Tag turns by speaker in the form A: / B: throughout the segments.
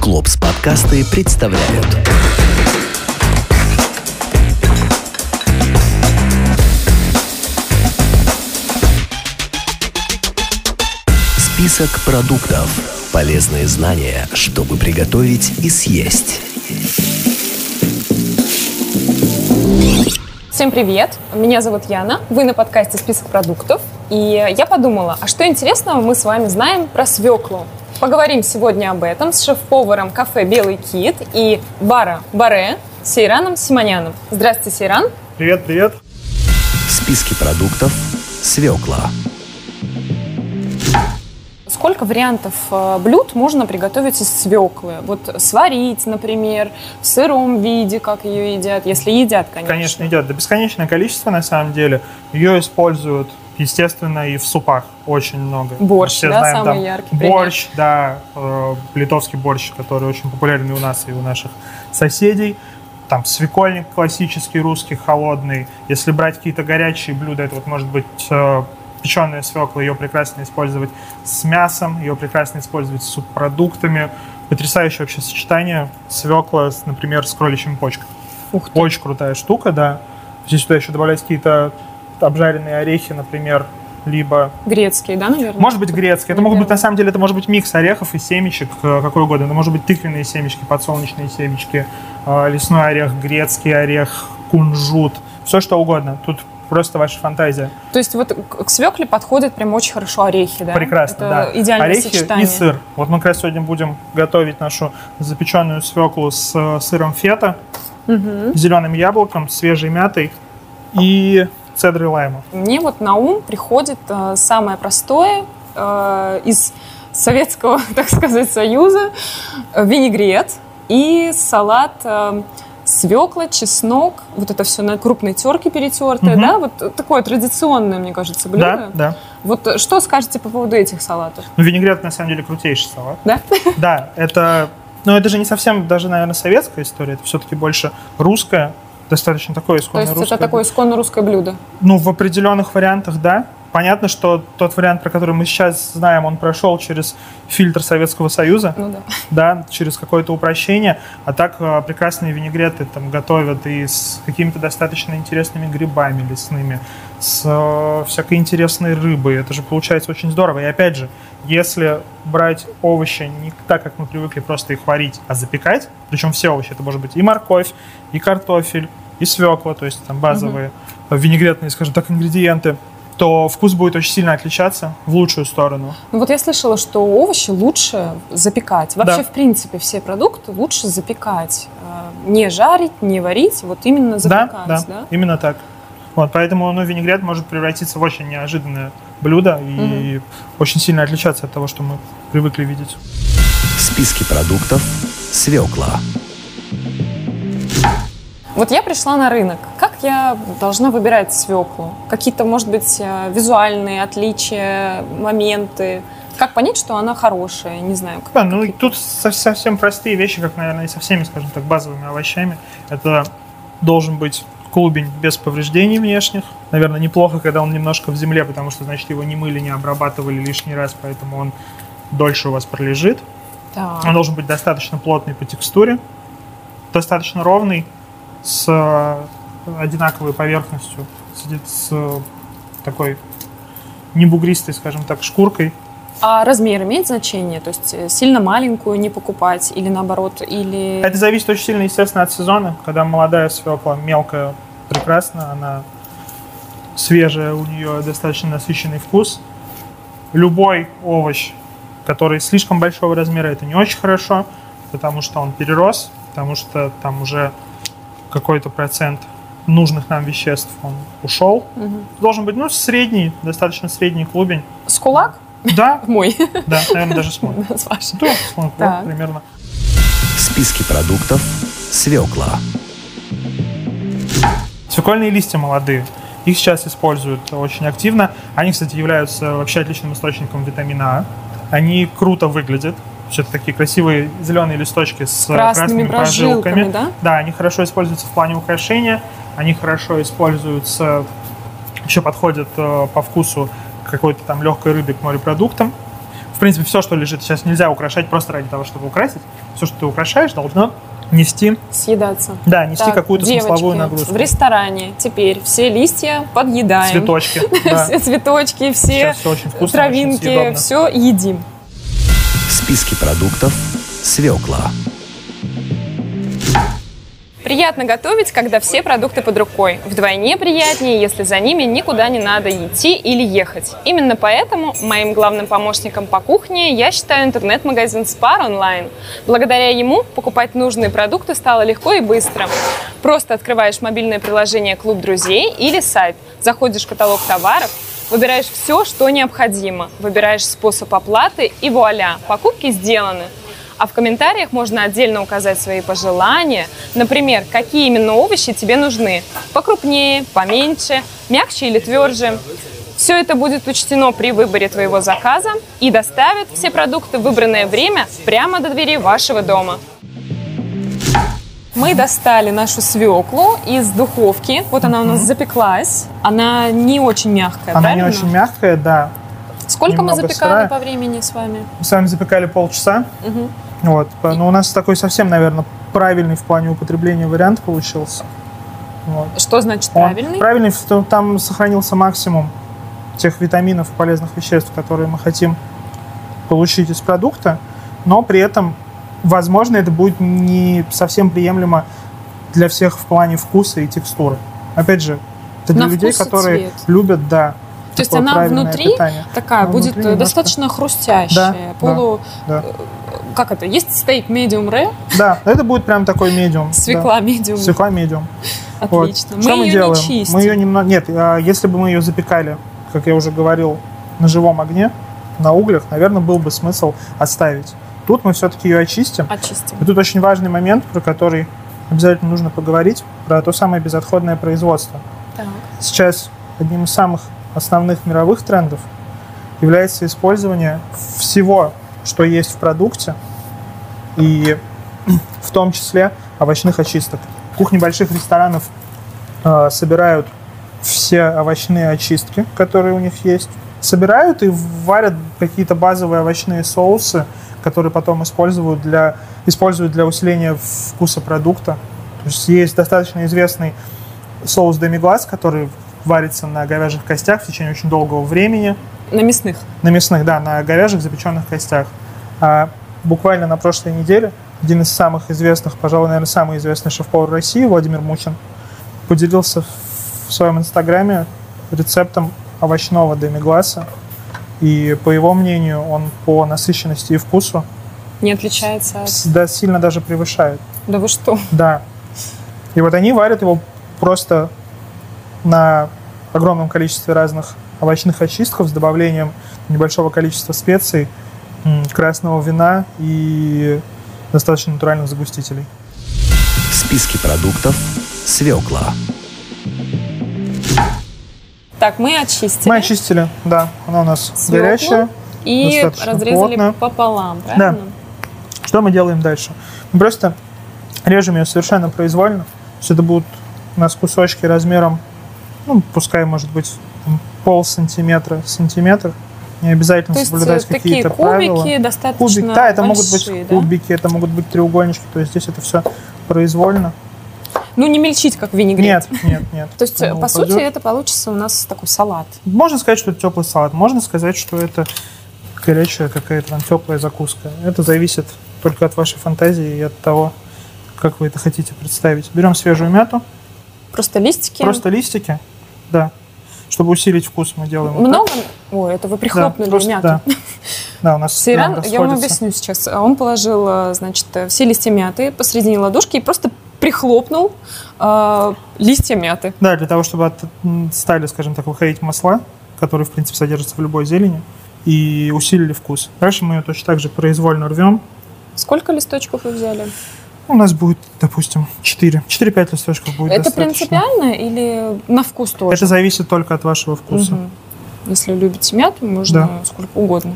A: Клопс подкасты представляют. Список продуктов. Полезные знания, чтобы приготовить и съесть.
B: Всем привет! Меня зовут Яна. Вы на подкасте «Список продуктов». И я подумала, а что интересного мы с вами знаем про свеклу? Поговорим сегодня об этом с шеф-поваром кафе «Белый кит» и бара «Баре» Сейраном Симоняном. Здравствуйте, Сейран.
C: Привет, привет.
A: В списке продуктов свекла.
B: Сколько вариантов э, блюд можно приготовить из свеклы? Вот сварить, например, в сыром виде, как ее едят, если едят, конечно.
C: Конечно, идет до бесконечное количество, на самом деле. Ее используют, естественно, и в супах очень много.
B: Борщ,
C: Все
B: да,
C: знаем,
B: самый
C: там,
B: яркий пример.
C: Борщ, да, э, литовский борщ, который очень популярный у нас и у наших соседей. Там свекольник классический, русский, холодный. Если брать какие-то горячие блюда, это вот может быть э, печеная свекла, ее прекрасно использовать с мясом, ее прекрасно использовать с субпродуктами. Потрясающее вообще сочетание свекла, с, например, с кроличьими почками.
B: Ух ты.
C: Очень крутая штука, да. Здесь сюда еще добавлять какие-то обжаренные орехи, например, либо,
B: Грецкий, да, наверное?
C: может быть, грецкие. Это могут быть,
B: Наверное.
C: на самом деле, это может быть микс орехов и семечек, э, какой угодно. Это может быть тыквенные семечки, подсолнечные семечки, э, лесной орех, грецкий орех, кунжут, все что угодно. Тут просто ваша фантазия.
B: То есть вот к к свекле подходят прям очень хорошо орехи, да?
C: Прекрасно,
B: Это
C: да.
B: идеальное
C: Орехи э,
B: сочетание.
C: и сыр. Вот мы как раз сегодня будем готовить нашу запеченную свеклу с э, сыром фета,
B: Мгм.
C: зеленым яблоком, свежей мятой и цедрой лайма.
B: Мне вот на ум приходит э, самое простое э, из Советского, так сказать, Союза э, винегрет и салат э, свекла, чеснок, вот это все на крупной терке перетертое,
C: Мгм.
B: да, вот такое традиционное, мне кажется,
C: Да,
B: блюдо.
C: да.
B: Вот э, что скажете по поводу этих салатов?
C: Ну, винегрет, на самом деле, крутейший салат.
B: Да?
C: Да, это... Ну, это же не совсем даже, наверное, советская история. Это все-таки больше русская, достаточно такое
B: То
C: исконно
B: есть
C: русское.
B: это такое исконно русское блюдо.
C: Ну, в определенных вариантах, да. Понятно, что тот вариант, про который мы сейчас знаем, он прошел через фильтр Советского Союза,
B: Ну да.
C: да, через какое-то упрощение. А так э, прекрасные винегреты там готовят и с какими-то достаточно интересными грибами лесными, с э, всякой интересной рыбой. Это же получается очень здорово. И опять же, если брать овощи не так, как мы привыкли просто их варить, а запекать, причем все овощи, это может быть и морковь, и картофель, и свекла, то есть там базовые э, винегретные, скажем так, ингредиенты, то вкус будет очень сильно отличаться в лучшую сторону.
B: Ну вот я слышала, что овощи лучше запекать. Вообще,
C: Да.
B: в принципе, все продукты лучше запекать. Э, Не жарить, не варить, вот именно
C: Да,
B: запекать,
C: да,
B: да?
C: именно так. Вот, поэтому ну, винегрет может превратиться в очень неожиданное блюдо и очень сильно отличаться от того, что мы привыкли видеть.
A: В списке продуктов свекла.
B: Вот я пришла на рынок. Как я должна выбирать свеклу? Какие-то, может быть, э, визуальные отличия, моменты? Как понять, что она хорошая? Не знаю. как-
C: Да, ну и тут со- совсем простые вещи, как, наверное, и со всеми, скажем так, базовыми овощами. Это должен быть клубень без повреждений внешних. Наверное, неплохо, когда он немножко в земле, потому что, значит, его не мыли, не обрабатывали лишний раз, поэтому он дольше у вас пролежит.
B: Так.
C: Он должен быть достаточно плотный по текстуре, достаточно ровный, с э, одинаковой поверхностью, сидит с э, такой не бугристой, скажем так, шкуркой.
B: А размер имеет значение? То есть э, сильно маленькую не покупать или наоборот? Или...
C: Э, Это зависит очень сильно, естественно, от сезона, когда молодая свекла, мелкая, прекрасно, она свежая, у нее достаточно насыщенный вкус. Любой овощ, который слишком большого размера, это не очень хорошо, потому что он перерос, потому что там уже какой-то процент нужных нам веществ он ушел.
B: Мгм.
C: Должен быть, ну, средний, достаточно средний клубень.
B: Скулак
C: Да,
B: мой,
C: да, наверное, даже смой.
B: с вашей.
C: Да, смой, вот,
B: Так.
C: примерно.
A: В списке продуктов свекла.
C: Свекольные листья молодые. Их сейчас используют очень активно. Они, кстати, являются вообще отличным источником витамина А. Они круто выглядят. Все это такие красивые зеленые листочки с э,
B: Красными
C: красными,
B: прожилками, да?
C: Да, они хорошо используются в плане украшения. Они хорошо используются, еще подходят э, по вкусу к какой-то там легкой рыбе к морепродуктам. В принципе, все, что лежит сейчас, нельзя украшать просто ради того, чтобы украсить. Все, что ты украшаешь, должно нести,
B: съедаться.
C: да, нести
B: Так,
C: какую-то
B: девочки,
C: смысловую нагрузку.
B: В ресторане теперь все листья подъедаем.
C: Цветочки. да.
B: Все цветочки, все
C: Сейчас все очень вкусно, очень
B: травинки,
C: съедобно.
B: все едим.
A: В списке продуктов свекла.
B: Приятно готовить, когда все продукты под рукой. Вдвойне приятнее, если за ними никуда не надо идти или ехать. Именно поэтому моим главным помощником по кухне я считаю интернет-магазин Spar Online. Благодаря ему покупать нужные продукты стало легко и быстро. Просто открываешь мобильное приложение «Клуб друзей» или сайт, заходишь в каталог товаров, выбираешь все, что необходимо, выбираешь способ оплаты и вуаля, покупки сделаны. А в комментариях можно отдельно указать свои пожелания. Например, какие именно овощи тебе нужны. Покрупнее, поменьше, мягче или тверже. Все это будет учтено при выборе твоего заказа и доставят все продукты в выбранное время прямо до двери вашего дома. Мы достали нашу свеклу из духовки. Вот она у нас запеклась. Она не очень мягкая,
C: Она не
B: правильно?
C: очень мягкая, да.
B: Сколько мы
C: немного
B: запекали
C: сырая.
B: по времени с вами?
C: Мы с вами запекали полчаса. Вот. Но у нас такой совсем, наверное, правильный в плане употребления вариант получился. Вот.
B: Что значит
C: Он
B: правильный?
C: правильный, что там сохранился максимум тех витаминов и полезных веществ, которые мы хотим получить из продукта, но при этом, возможно, это будет не совсем приемлемо для всех в плане вкуса и текстуры. Опять же, это для
B: На
C: людей,
B: вкус и
C: которые
B: цвет.
C: любят, да.
B: То есть
C: такое
B: она
C: правильное
B: внутри
C: питание.
B: Такая
C: Ну,
B: будет э,
C: внутри немножко.
B: достаточно хрустящая.
C: Да,
B: полу...
C: да, да.
B: э, Как это? Есть стейк medium rare,
C: Да, это будет прям такой медиум.
B: свекла medium.
C: Да. Свекла медиум. Вот.
B: Отлично. Мы
C: Что
B: ее
C: мы делаем?
B: не чистим.
C: Мы ее немного... Нет, а, если бы мы ее запекали, как я уже говорил, на живом огне, на углях, наверное, был бы смысл оставить. Тут мы все-таки ее очистим.
B: Очистим.
C: И тут очень важный момент, про который обязательно нужно поговорить, про то самое безотходное производство.
B: Так.
C: Сейчас одним из самых основных мировых трендов является использование всего, что есть в продукте, и в том числе овощных очисток. Кухни больших ресторанов э, собирают все овощные очистки, которые у них есть, собирают и варят какие-то базовые овощные соусы, которые потом используют для, используют для усиления вкуса продукта. То есть есть достаточно известный соус демиглаз, который варится на говяжьих костях в течение очень долгого времени.
B: На мясных.
C: На мясных, да, на говяжьих запеченных костях. А буквально на прошлой неделе один из самых известных, пожалуй, наверное, самый известный шеф-повар России Владимир Мучин поделился в своем инстаграме рецептом овощного демигласа. И, по его мнению, он по насыщенности и вкусу
B: Не отличается от...
C: с- да, сильно даже превышает.
B: Да вы что?
C: Да. И вот они варят его просто на огромном количестве разных овощных очистков с добавлением небольшого количества специй, м, красного вина и достаточно натуральных загустителей.
A: В списке продуктов свекла.
B: Так, мы очистили.
C: Мы очистили, да, она у нас
B: свеклу
C: горячая.
B: И
C: достаточно
B: разрезали
C: плотно.
B: пополам, правильно?
C: Что мы делаем дальше? Мы просто режем ее совершенно произвольно. То есть это будут у нас кусочки размером, ну, пускай, может быть, там, пол сантиметра, сантиметр. Не обязательно
B: То есть э,
C: соблюдать
B: такие
C: какие-то
B: кубики
C: правила.
B: достаточно
C: Кубик, да, это могут быть
B: большие, да?
C: кубики, это могут быть треугольнички. То есть здесь это все произвольно.
B: Ну, не мельчить, как винегрет.
C: Нет, нет, нет.
B: То есть, э,
C: Оно
B: по
C: упадет.
B: сути, это получится у нас такой салат.
C: Можно сказать, что это теплый салат, можно сказать, что это горячая какая-то там теплая закуска. Это зависит только от вашей фантазии и от того, как вы это хотите представить. Берем свежую мяту,
B: Просто листики.
C: просто листики, да, чтобы усилить вкус мы делаем. вот
B: Много? Ой, это вы
C: так. Да,
B: прихлопнули
C: просто-
B: мяту.
C: Да. Да, у нас
B: Сейран,
C: прям
B: я вам
C: расходится.
B: объясню сейчас. А Он положил, э, значит, э, все листья мяты посредине ладошки и просто прихлопнул э, листья мяты.
C: Да, для того, чтобы от, м, стали, скажем так, выходить масла, которые, в принципе, содержатся в любой зелени, и усилили вкус. Дальше мы ее точно так же произвольно рвем.
B: Сколько листочков вы взяли?
C: У нас будет, допустим, 4. 4-5 листочков будет
B: это
C: достаточно.
B: принципиально или на вкус тоже?
C: Это зависит только от вашего вкуса.
B: Мгм. Если любите мяту, можно сколько угодно.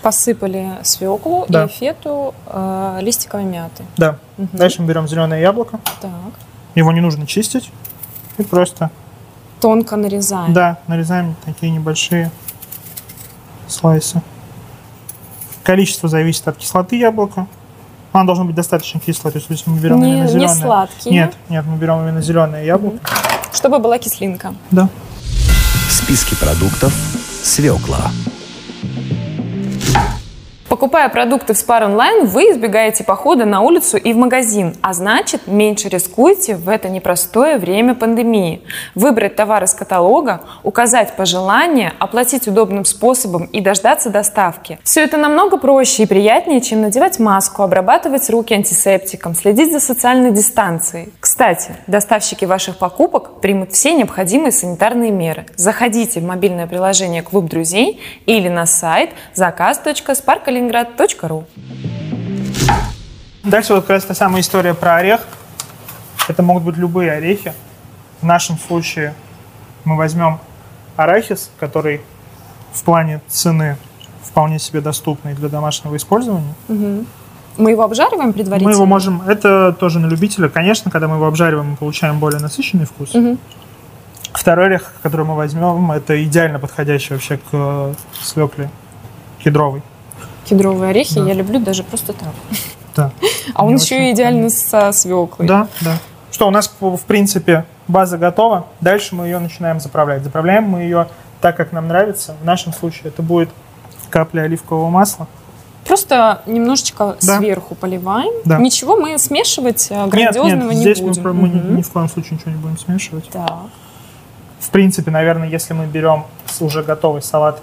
B: Посыпали свеклу
C: Да.
B: и фету э, листиковой мяты.
C: Да.
B: Мгм.
C: Дальше мы берем зеленое яблоко.
B: Так.
C: Его не нужно чистить. И просто,
B: Тонко нарезаем.
C: да, нарезаем такие небольшие слайсы. Количество зависит от кислоты яблока. Она должна быть достаточно кислая, то есть если мы берем
B: Не-
C: именно
B: не
C: зеленое.
B: сладкие.
C: Нет, нет, мы берем именно зеленое яблоко.
B: чтобы была кислинка.
C: Да.
A: В списке продуктов свекла.
B: Покупая продукты в Spar Online, вы избегаете похода на улицу и в магазин, а значит, меньше рискуете в это непростое время пандемии. Выбрать товар из каталога, указать пожелания, оплатить удобным способом и дождаться доставки. Все это намного проще и приятнее, чем надевать маску, обрабатывать руки антисептиком, следить за социальной дистанцией. Кстати, доставщики ваших покупок примут все необходимые санитарные меры. Заходите в мобильное приложение «Клуб друзей» или на сайт заказ.sparkleningrad.ru.
C: Дальше вот как раз та самая история про орех. Это могут быть любые орехи. В нашем случае мы возьмем арахис, который в плане цены вполне себе доступный для домашнего использования.
B: Мы его обжариваем
C: Мы
B: предварительно?
C: его можем... Это тоже на любителя. Конечно, когда мы его обжариваем, мы получаем более насыщенный вкус. Второй орех, который мы возьмем, это идеально подходящий вообще к э, свекле кедровый.
B: Кедровые орехи я люблю даже просто так.
C: Да.
B: А он
C: Мне
B: еще
C: очень
B: и идеально со свеклой.
C: Да, да. Что, у нас, в в принципе, база готова. Дальше мы ее начинаем заправлять. Заправляем мы ее так, как нам нравится. В нашем случае это будет капля оливкового масла.
B: Просто немножечко
C: Да.
B: сверху поливаем.
C: Да.
B: Ничего мы смешивать э,
C: Нет,
B: грандиозного
C: нет, здесь
B: не
C: мы,
B: будем.
C: про- мы ни-
B: Мгм.
C: ни в коем случае ничего не будем смешивать.
B: Так.
C: В принципе, наверное, если мы берем с- уже готовый салат,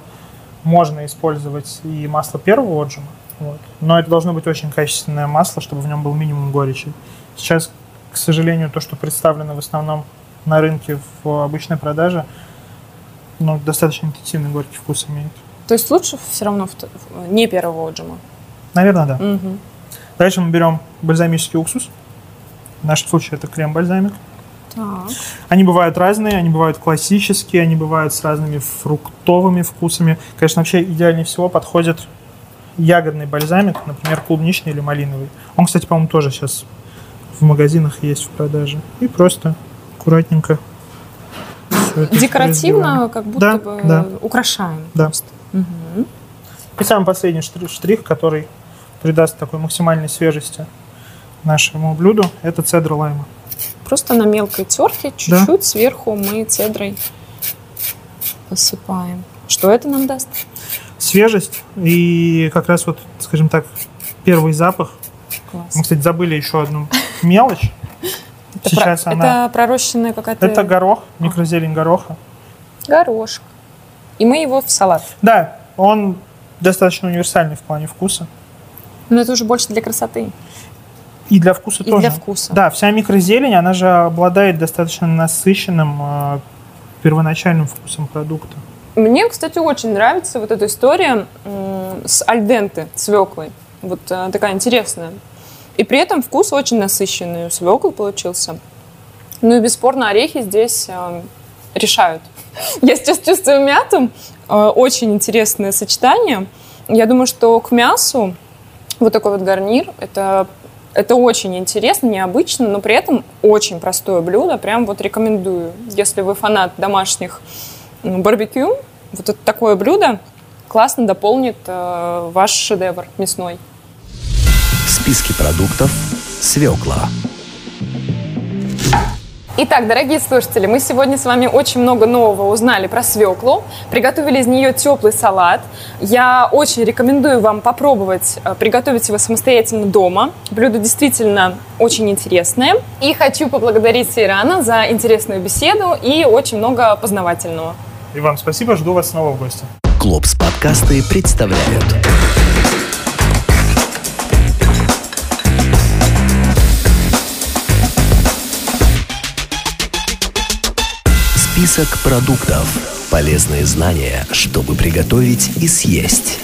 C: можно использовать и масло первого отжима. Вот. Но это должно быть очень качественное масло, чтобы в нем был минимум горечи. Сейчас, к сожалению, то, что представлено в основном на рынке в обычной продаже, ну, достаточно интенсивный горький вкус имеет.
B: То есть лучше все равно вт- в- не первого отжима.
C: Наверное, да.
B: Мгм.
C: Дальше мы берем бальзамический уксус. В нашем случае это крем-бальзамик.
B: Так.
C: Они бывают разные, они бывают классические, они бывают с разными фруктовыми вкусами. Конечно, вообще идеальнее всего подходит ягодный бальзамик, например, клубничный или малиновый. Он, кстати, по-моему, тоже сейчас в магазинах есть в продаже. И просто аккуратненько. всё это
B: Декоративно,
C: разливаем.
B: как будто
C: Да,
B: бы
C: да.
B: украшаем.
C: Да.
B: Мгм.
C: И самый последний штри- штрих, который придаст такой максимальной свежести нашему блюду, это цедра лайма.
B: Просто на мелкой терке чуть-чуть сверху мы цедрой посыпаем. Что это нам даст?
C: Свежесть и как раз вот, скажем так, первый запах
B: Класс.
C: Мы, кстати, забыли еще одну мелочь.
B: Это,
C: Сейчас
B: про-
C: она-
B: это пророщенная какая-то
C: Это горох, микрозелень гороха.
B: горошек. И мы его в салат.
C: Да, он достаточно универсальный в плане вкуса.
B: Но это уже больше для красоты
C: И для вкуса
B: и
C: тоже.
B: для вкуса.
C: Да, вся микрозелень, она же обладает достаточно насыщенным э, первоначальным вкусом продукта.
B: Мне, кстати, очень нравится вот эта история м, с альденте свеклой. Вот э, такая интересная. И при этом вкус очень насыщенный у свеклы получился. Ну и бесспорно орехи здесь э, решают. Я сейчас чувствую мяту. Э, Очень интересное сочетание. Я думаю, что к мясу вот такой вот гарнир, это, это очень интересно, необычно, но при этом очень простое блюдо. Прям вот рекомендую. Если вы фанат домашних м, барбекю, вот это такое блюдо классно дополнит э, ваш шедевр мясной.
A: В списке продуктов свекла.
B: Итак, дорогие слушатели, мы сегодня с вами очень много нового узнали про свеклу, приготовили из нее теплый салат. Я очень рекомендую вам попробовать э, приготовить его самостоятельно дома. Блюдо действительно очень интересное. И хочу поблагодарить Сейрана за интересную беседу и очень много познавательного.
C: Иван, спасибо, жду вас снова в гости.
A: Клопс подкасты представляют. Список продуктов. Полезные знания, чтобы приготовить и съесть.